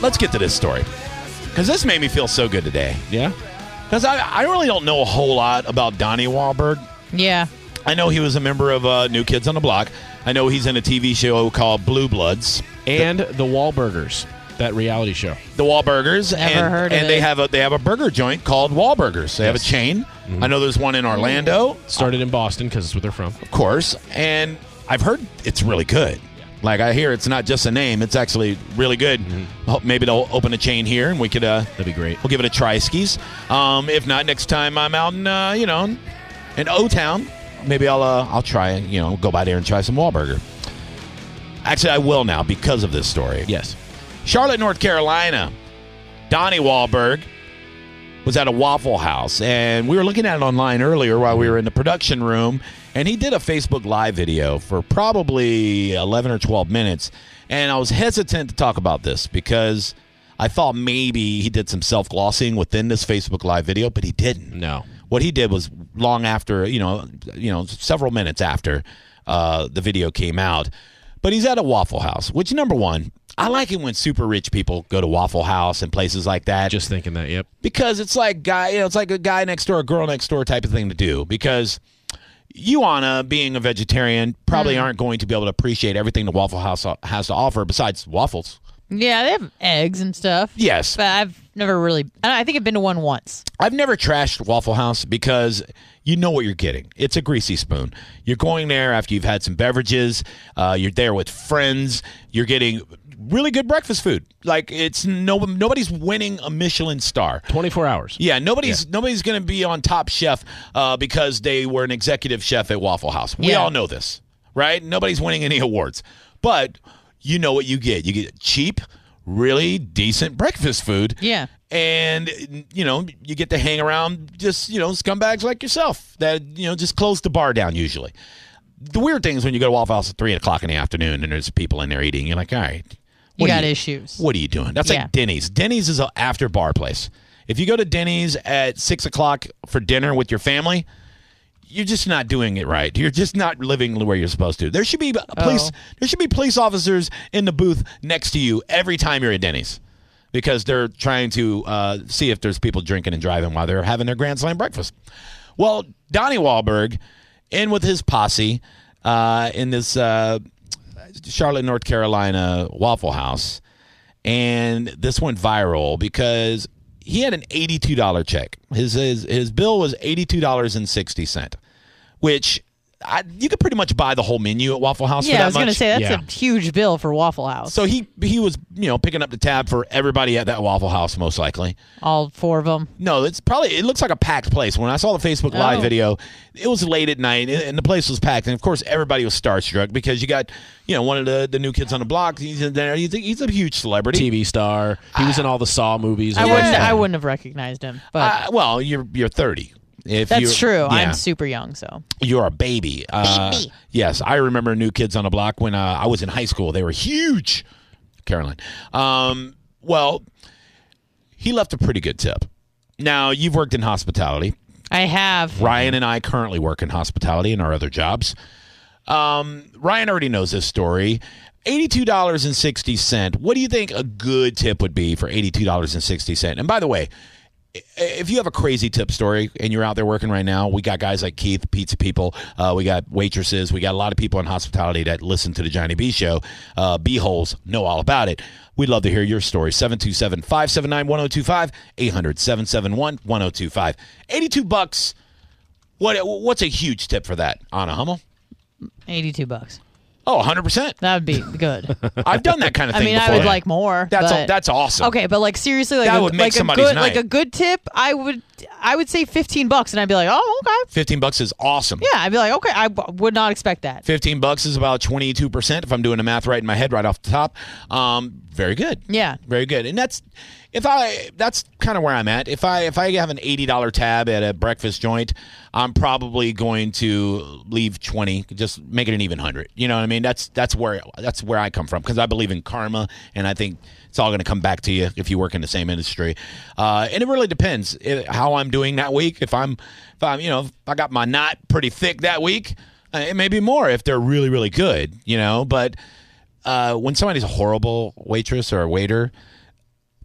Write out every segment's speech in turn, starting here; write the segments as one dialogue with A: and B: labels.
A: let's get to this story because this made me feel so good today.
B: Yeah.
A: Because I, I really don't know a whole lot about Donnie Wahlberg.
C: Yeah.
A: I know he was a member of uh, New Kids on the Block. I know he's in a TV show called Blue Bloods,
B: And the Wahlburgers, that reality show.
A: the Wahlburgers,
C: Never
A: and,
C: heard of
A: and they
C: it.
A: have a they have a burger joint called Wahlburgers. They have a
B: Yes.
A: chain.
C: Mm-hmm.
A: I know there's one in Orlando,
B: Started in Boston because it's where they're from.
A: of course, and I've heard it's really good. Like I hear it's not just a name; it's actually really good.
C: Mm-hmm.
A: Hope Maybe they'll open a chain here, and we could uh,
B: That'd be great.
A: We'll give it a try, skis. Um, if not, next time I'm out in uh, you know in O Town, maybe I'll uh, I'll try and you know go by there and try some Wahlburger. Actually, I will now because of this story.
B: Yes.
A: Charlotte, North Carolina. Donnie Wahlberg was at a Waffle House, and we were looking at it online earlier while we were in the production room, and he did a Facebook Live video for probably 11 or 12 minutes. And I was hesitant to talk about this because I thought maybe he did some self glossing within this Facebook Live video, but he didn't
B: No.
A: what he did was long after you know you know several minutes after uh, the video came out but he's at a waffle house which number one i like it when super rich people go to waffle house and places like that
B: Just thinking that. Yep.
A: because it's like guy you know, it's like a guy next door a girl next door type of thing to do because you Anna, being a vegetarian probably aren't going to be able to appreciate everything the waffle house has to offer besides waffles
C: Yeah, they have eggs and stuff.
A: yes
C: But I've never really. I I think I've been to one once.
A: I've never trashed Waffle House because you know what you're getting. It's a greasy spoon. You're going there after you've had some beverages. Uh, you're there with friends. You're getting really good breakfast food. Like it's no nobody's winning a Michelin star.
B: 24 hours.
A: Yeah, nobody's nobody's going to be on Top Chef uh, because they were an executive chef at Waffle House. We
C: Yeah.
A: all know this, right? Nobody's winning any awards, but you know what you get. You get cheap, really decent breakfast food.
C: Yeah.
A: and you know you get to hang around just you know scumbags like yourself that you know just close the bar down usually. The weird thing is when you go to Waffle House at three o'clock in the afternoon and there's people in there eating. You're like, all right,
C: You
A: what do
C: got issues.
A: What are you doing? That's
C: Yeah.
A: like Denny's. Denny's is an after bar place. If you go to Denny's at six o'clock for dinner with your family, you're just not doing it right. You're just not living where you're supposed to. There should be police.
C: Oh.
A: There should be police officers in the booth next to you every time you're at Denny's, because they're trying to uh, see if there's people drinking and driving while they're having their grand slam breakfast. Well, Donnie Wahlberg, in with his posse, uh, in this uh, Charlotte, North Carolina Waffle House, and this went viral because he had an eighty-two dollar check. His his his bill was eighty-two dollars and sixty cent, which I, you could pretty much buy the whole menu at Waffle House. for
C: yeah,
A: that
C: I was gonna
A: much.
C: say that's
B: Yeah.
C: a huge bill for Waffle House.
A: So he he was you know picking up the tab for everybody at that Waffle House most likely.
C: All four of them.
A: No, it's probably it looks like a packed place. When I saw the Facebook live
C: Oh.
A: video, it was late at night and and the place was packed. And of course, everybody was starstruck because you got you know one of the, the new kids on the block. He's in there. He's a, he's a huge celebrity.
B: TV star. He was in all the Saw movies.
C: I
B: and
C: wouldn't.
B: stuff.
C: I wouldn't have recognized him. But
A: Uh, well, you're you're thirty. If
C: that's
A: you're-
C: true.
A: yeah.
C: I'm super young, so
A: you're a baby. Uh, Yes, I remember New Kids on the Block when uh, I was in high school. They were huge, Caroline. Um, well, he left a pretty good tip. Now you've worked in hospitality.
C: I have.
A: Ryan and I currently work in hospitality in our other jobs. Um, Ryan already knows this story. Eighty-two dollars and sixty cent. What do you think a good tip would be for eighty-two dollars and sixty cent? And by the way, i- if you have a crazy tip story and you're out there working right now, we got guys like Keith, pizza people, uh, we got waitresses, we got a lot of people in hospitality that listen to the Johnny B show. Uh, B holes know all about it. We'd love to hear your story. 727 579 1025 800 771 1025. 82 bucks. What what's a huge tip for that, Anna Hummel?
C: Eighty-two bucks.
A: Oh, 100%.
C: That would be good.
A: I've done that kind of
C: I
A: thing
C: mean, I
A: before.
C: would like more.
A: That's
C: but-
A: that's awesome.
C: Okay, but like seriously, like
A: That
C: a,
A: would make
C: like a
A: somebody's
C: good
A: night.
C: like a good tip. I would I would say fifteen bucks, and I'd be like, oh okay,
A: 15 bucks is awesome.
C: yeah. I'd be like, okay, I w- would not expect that.
A: 15 bucks is about 22% if I'm doing the math right in my head right off the top. Um, very good.
C: Yeah.
A: Very good. And that's if I that's kind of where I'm at. If I if I have an $80 tab at a breakfast joint, I'm probably going to leave 20, just make it an even 100. You know what I mean? That's that's where that's where I come from because I believe in karma and I think it's all going to come back to you if you work in the same industry. Uh, and it really depends eh, how I'm doing that week. If I'm if I'm, you know, if I got my knot pretty thick that week, uh, it may be more if they're really really good, you know, but uh, when somebody's a horrible waitress or a waiter,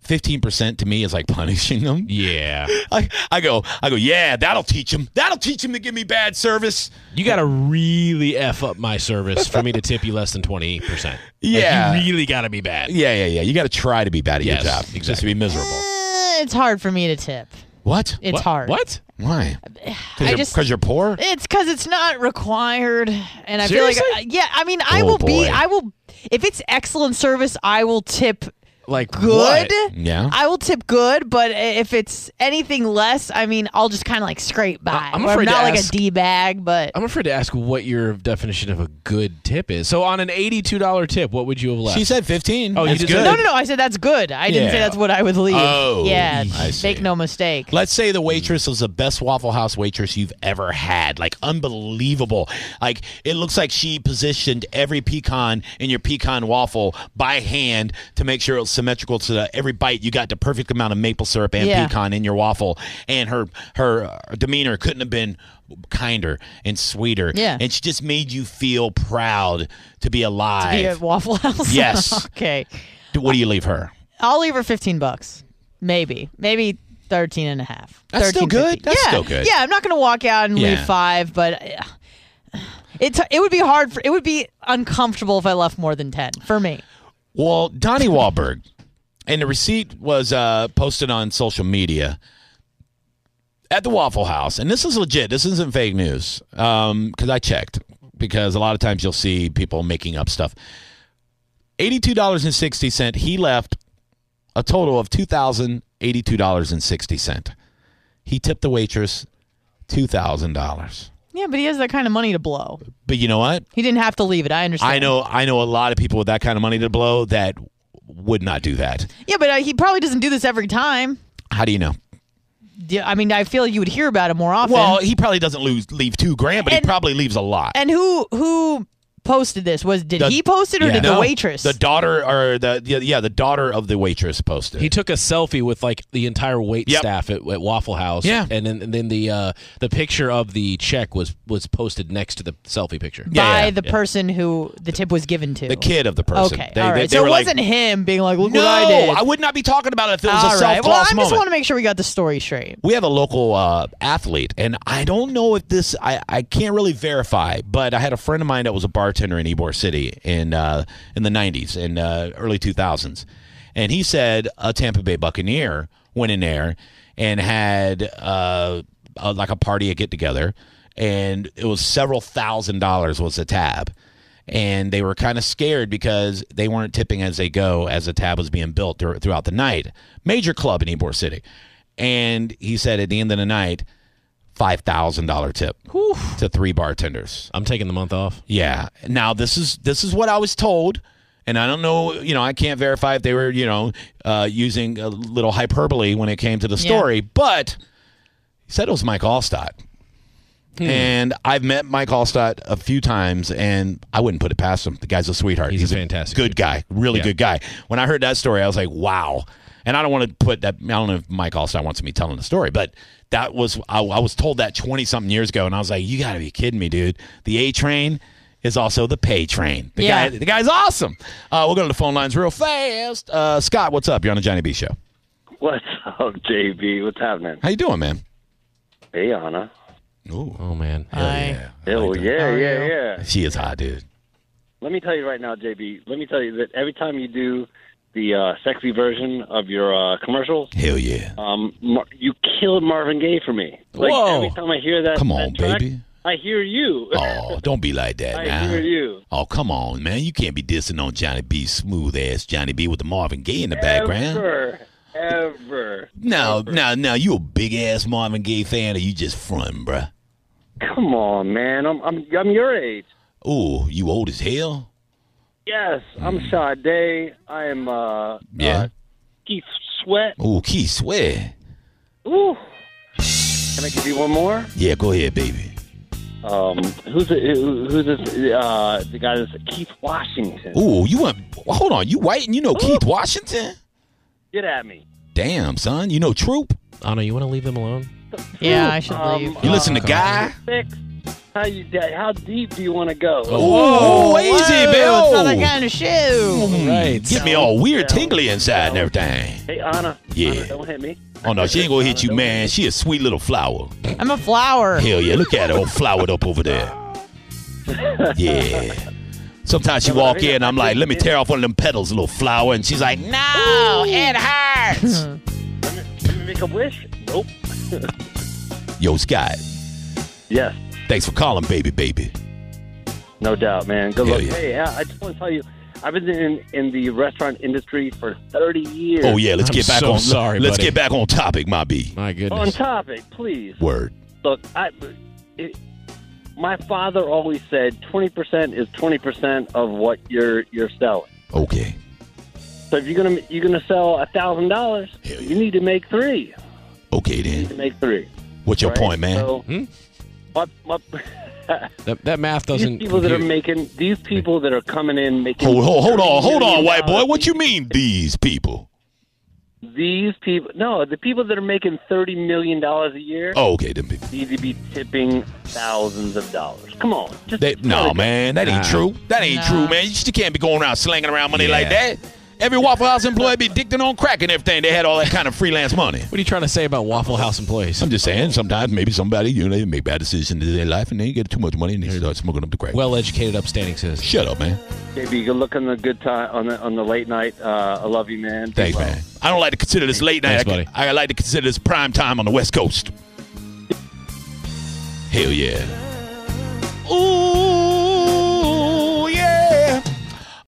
A: fifteen percent to me is like punishing them.
B: Yeah.
A: I, I go, I go, yeah, that'll teach him. That'll teach him to give me bad service.
B: You got to really F up my service for me to tip you less than 28%. Like,
A: Yeah.
B: you really got to be bad.
A: Yeah, yeah, yeah. You got to try to be bad at
B: Yes,
A: your job, just to
B: exactly.
A: be miserable.
C: Eh, it's hard for me to tip.
A: What?
C: It's
B: What-
C: hard.
B: What?
A: Why?
C: I
A: Because
C: just-
A: you're, poor.
C: It's because it's not required, and I feel like uh,
B: Seriously?
C: yeah. I mean, I
A: Oh,
C: will
A: boy.
C: be. I will if it's excellent service. I will tip
B: Like
C: good.
B: what?
A: Yeah.
C: I will tip good, but i- if it's anything less, I mean, I'll just kind of like scrape by.
B: I- I'm
C: Where
B: afraid to
C: not like
B: ask-
C: a d bag, but
B: I'm afraid to ask what your definition of a good tip is. So on an $82 tip, what would you have left?
A: She said fifteen.
B: Oh, you
A: That's
B: just
A: good.
B: said-
C: no, no, no. I said that's good. I didn't say
A: Yeah.
C: that's what I would leave.
A: Oh,
C: yeah,
A: I see.
C: make no mistake.
A: Let's say the waitress was the best Waffle House waitress you've ever had. Like, unbelievable. Like, it looks like she positioned every pecan in your pecan waffle by hand to make sure it was symmetrical to the, every bite. You got the perfect amount of maple syrup and
C: Yeah.
A: pecan in your waffle. And her, her uh, demeanor couldn't have been kinder and sweeter.
C: Yeah.
A: And she just made you feel proud to be alive.
C: Be at Waffle House.
A: Yes.
C: okay.
A: D- what do you leave her?
C: I'll leave her 15 bucks. Maybe. Maybe 13 and a half.
A: That's still
C: 13,
A: good.
C: 15.
A: That's
C: yeah.
A: still good.
C: Yeah, I'm not going to walk out and
A: Yeah.
C: leave 5, but uh, it it would be hard for it would be uncomfortable if I left more than 10 for me.
A: Well, Donnie Wahlberg, and the receipt was uh, posted on social media at the Waffle House, and this is legit. This isn't fake news because I checked. Because a lot of times you'll see people making up stuff. Eighty-two dollars and sixty cent. He left a total of two thousand eighty-two dollars and sixty cent. He tipped the waitress two thousand dollars.
C: Yeah, but he has that kind of money to blow.
A: But you know what?
C: He didn't have to leave it. I understand.
A: I know. I know a lot of people with that kind of money to blow that would not do that.
C: Yeah, but uh, he probably doesn't do this every time.
A: How do you know?
C: Yeah, I mean, I feel you would hear about it more often.
A: Well, he probably doesn't lose leave two grand, but
C: And-
A: he probably leaves a lot.
C: and who who posted this? Was did
A: The-
C: he post it or
B: yeah.
C: did
A: No,
C: the waitress?
A: the daughter, or the yeah, yeah, the daughter of the waitress posted.
B: He
A: He,
B: took a selfie with like the entire wait
A: Yep.
B: staff at, at Waffle House.
A: Yeah.
B: and then and then the uh, the picture of the check was was posted next to the selfie picture.
A: Yeah,
C: by
A: yeah,
C: the person who the tip was given to.
A: the kid of the person.
C: Okay,
A: They-
C: all
A: they-
C: right.
A: they
C: so
A: were
C: it
A: like,
C: wasn't him being like, "Look
A: No,
C: what I did."
A: would not be talking about it if it was a
C: all right.
A: self
C: Well, I
A: gloss
C: just
A: moment.
C: want to make sure we got the story straight.
A: we have a local uh, athlete, and I don't know if this, I, I can't really verify, but I had a friend of mine that was a bartender in Ybor City in uh, in the 90s and uh, early 2000s. And he said a Tampa Bay Buccaneer went in there and had uh, a, like a party, a get together, and it was several thousand dollars was the tab. And they were kind of scared because they weren't tipping as they go as the tab was being built thr- throughout the night. Major club in Ybor City. And he said at the end of the night, five thousand dollar tip to three bartenders.
B: I'm taking the month off.
A: Yeah. Now this is this is what I was told, and I don't know. You know, I can't verify if they were you know uh, using a little hyperbole when it came to the story, but he said it was Mike Allstott.
B: Hmm.
A: And I've met Mike Allstott a few times, and I wouldn't put it past him. The guy's a sweetheart.
B: He's a fantastic
A: good
B: dude.
A: guy, really
B: Yeah.
A: good guy. When I heard that story, I was like, wow. And I don't want to put that. I don't know if Mike Allstott wants me telling the story, but that was I, I was told that twenty something years ago, and I was like, you got to be kidding me, dude. The A train is also the pay train. The
C: Yeah.
A: guy, the guy's awesome. Uh, we'll go to the phone lines real fast. Uh, Scott, what's up? You're on the Johnny B Show.
D: What's up, JB? What's happening?
A: How you doing, man?
D: Hey, Anna.
A: Ooh,
B: Oh man,
C: Hi. How
D: Oh, yeah,
C: are
D: yeah,
C: you?
D: yeah.
A: she is hot, dude.
D: Let me tell you right now, JB, let me tell you that every time you do the uh, sexy version of your uh, commercials,
A: Hell yeah.
D: um, Mar- you killed Marvin Gaye for me. Like,
B: Whoa.
D: every time I hear that,
A: Come
D: that
A: on,
D: track,
A: baby.
D: I hear you.
A: Oh, don't be like that
D: I
A: now.
D: hear you.
A: Oh, come on, man. You can't be dissing on Johnny B. Smooth ass Johnny B with the Marvin Gaye in the background.
D: Ever. Ever.
A: No, no, no. You a big ass Marvin Gaye fan or you just frontin', bruh?
D: Come on, man. I'm, I'm, I'm your age.
A: Ooh, you old as hell?
D: Yes, I'm Sade. I am uh,
A: Yeah.
D: uh, Keith Sweat.
A: Ooh, Key Swear.
D: Ooh. Can I give you one more?
A: Yeah, go ahead, baby.
D: Um, who's the, who- who's this, uh, the guy that's Keith Washington?
A: Ooh, you want? Hold on, you white and you know Keith Washington?
D: Get at me.
A: Damn, son, you know Troop.
B: Anna, you want to leave them alone?
C: Yeah, I should
D: Um,
C: leave.
A: You listen to Guy.
D: Six. how you how deep do you want to go?
A: Oh, easy,
C: It's not that
A: Bill.
C: kind of shoe.
B: Right.
A: Get me all weird,
D: Down,
A: tingly inside and
D: down.
A: everything.
D: Hey Anna,
A: Yeah.
D: Anna, don't hit me.
A: Oh no, she ain't gonna hit you,
D: Don't
A: man. She a sweet little flower.
C: I'm a flower.
A: Hell yeah, look at her, all flowered up over there. Yeah. Sometimes she
D: No, but I
A: walk
D: think
A: in,
D: I-
A: I'm
D: I
A: like,
D: think
A: let me
D: it-
A: tear off one of them petals, little flower, and she's like, no, it hurts.
D: Let me make a wish. Nope.
A: Yo, Scott,
D: Yes,
A: thanks for calling, baby, baby.
D: no doubt, man. Good
A: Hell
D: luck.
A: yeah.
D: Hey, I I just want to tell you, I've been in in the restaurant industry for 30 years.
A: Oh yeah, let's
B: I'm
A: get back
B: so
A: on.
B: sorry,
A: let's
B: buddy.
A: get back on topic, my B.
B: My
D: On
B: goodness.
D: topic, please.
A: Word.
D: Look, I. It, my father always said 20% is 20% of what you're you're selling.
A: Okay.
D: So if you're gonna you're gonna sell a thousand dollars,
A: Hell yeah.
D: you need to make three.
A: Okay
D: You need
A: then.
D: to make three.
A: What's your
D: right?
A: point, man?
D: So,
B: Hmm?
D: my, my,
B: That, that math
D: these
B: doesn't.
D: people that are
B: compute.
D: making these people that are coming in making
A: hold, hold, hold on,
D: $30
A: hold on,
D: million
A: white boy. What you mean, these people?
D: These people, no, the people that are making thirty million dollars a year
A: Oh, okay, them people.
D: need to be tipping thousands of dollars. Come on, just
A: They, no,
D: gotta-
A: man, that ain't
B: Oh, Nah.
A: true. That ain't
C: Nah.
A: true, man. You just can't be going around slanging around money
B: Yeah.
A: like that. Every Waffle House employee be addicted on crack and everything. They had all that kind of freelance money.
B: What are you trying to say about Waffle House employees?
A: I'm just saying, sometimes maybe somebody, you know, they make bad decisions in their life and they get too much money and they start smoking up the crack.
B: Well educated, upstanding citizens.
A: shut up, man.
D: JB, good look on the good time on the on the late night. Uh, I love you, man. Be
A: Thanks,
D: well.
A: man. I don't like to consider this late night.
B: Thanks, buddy.
A: I, I like to consider this prime time on the West Coast. Hell yeah.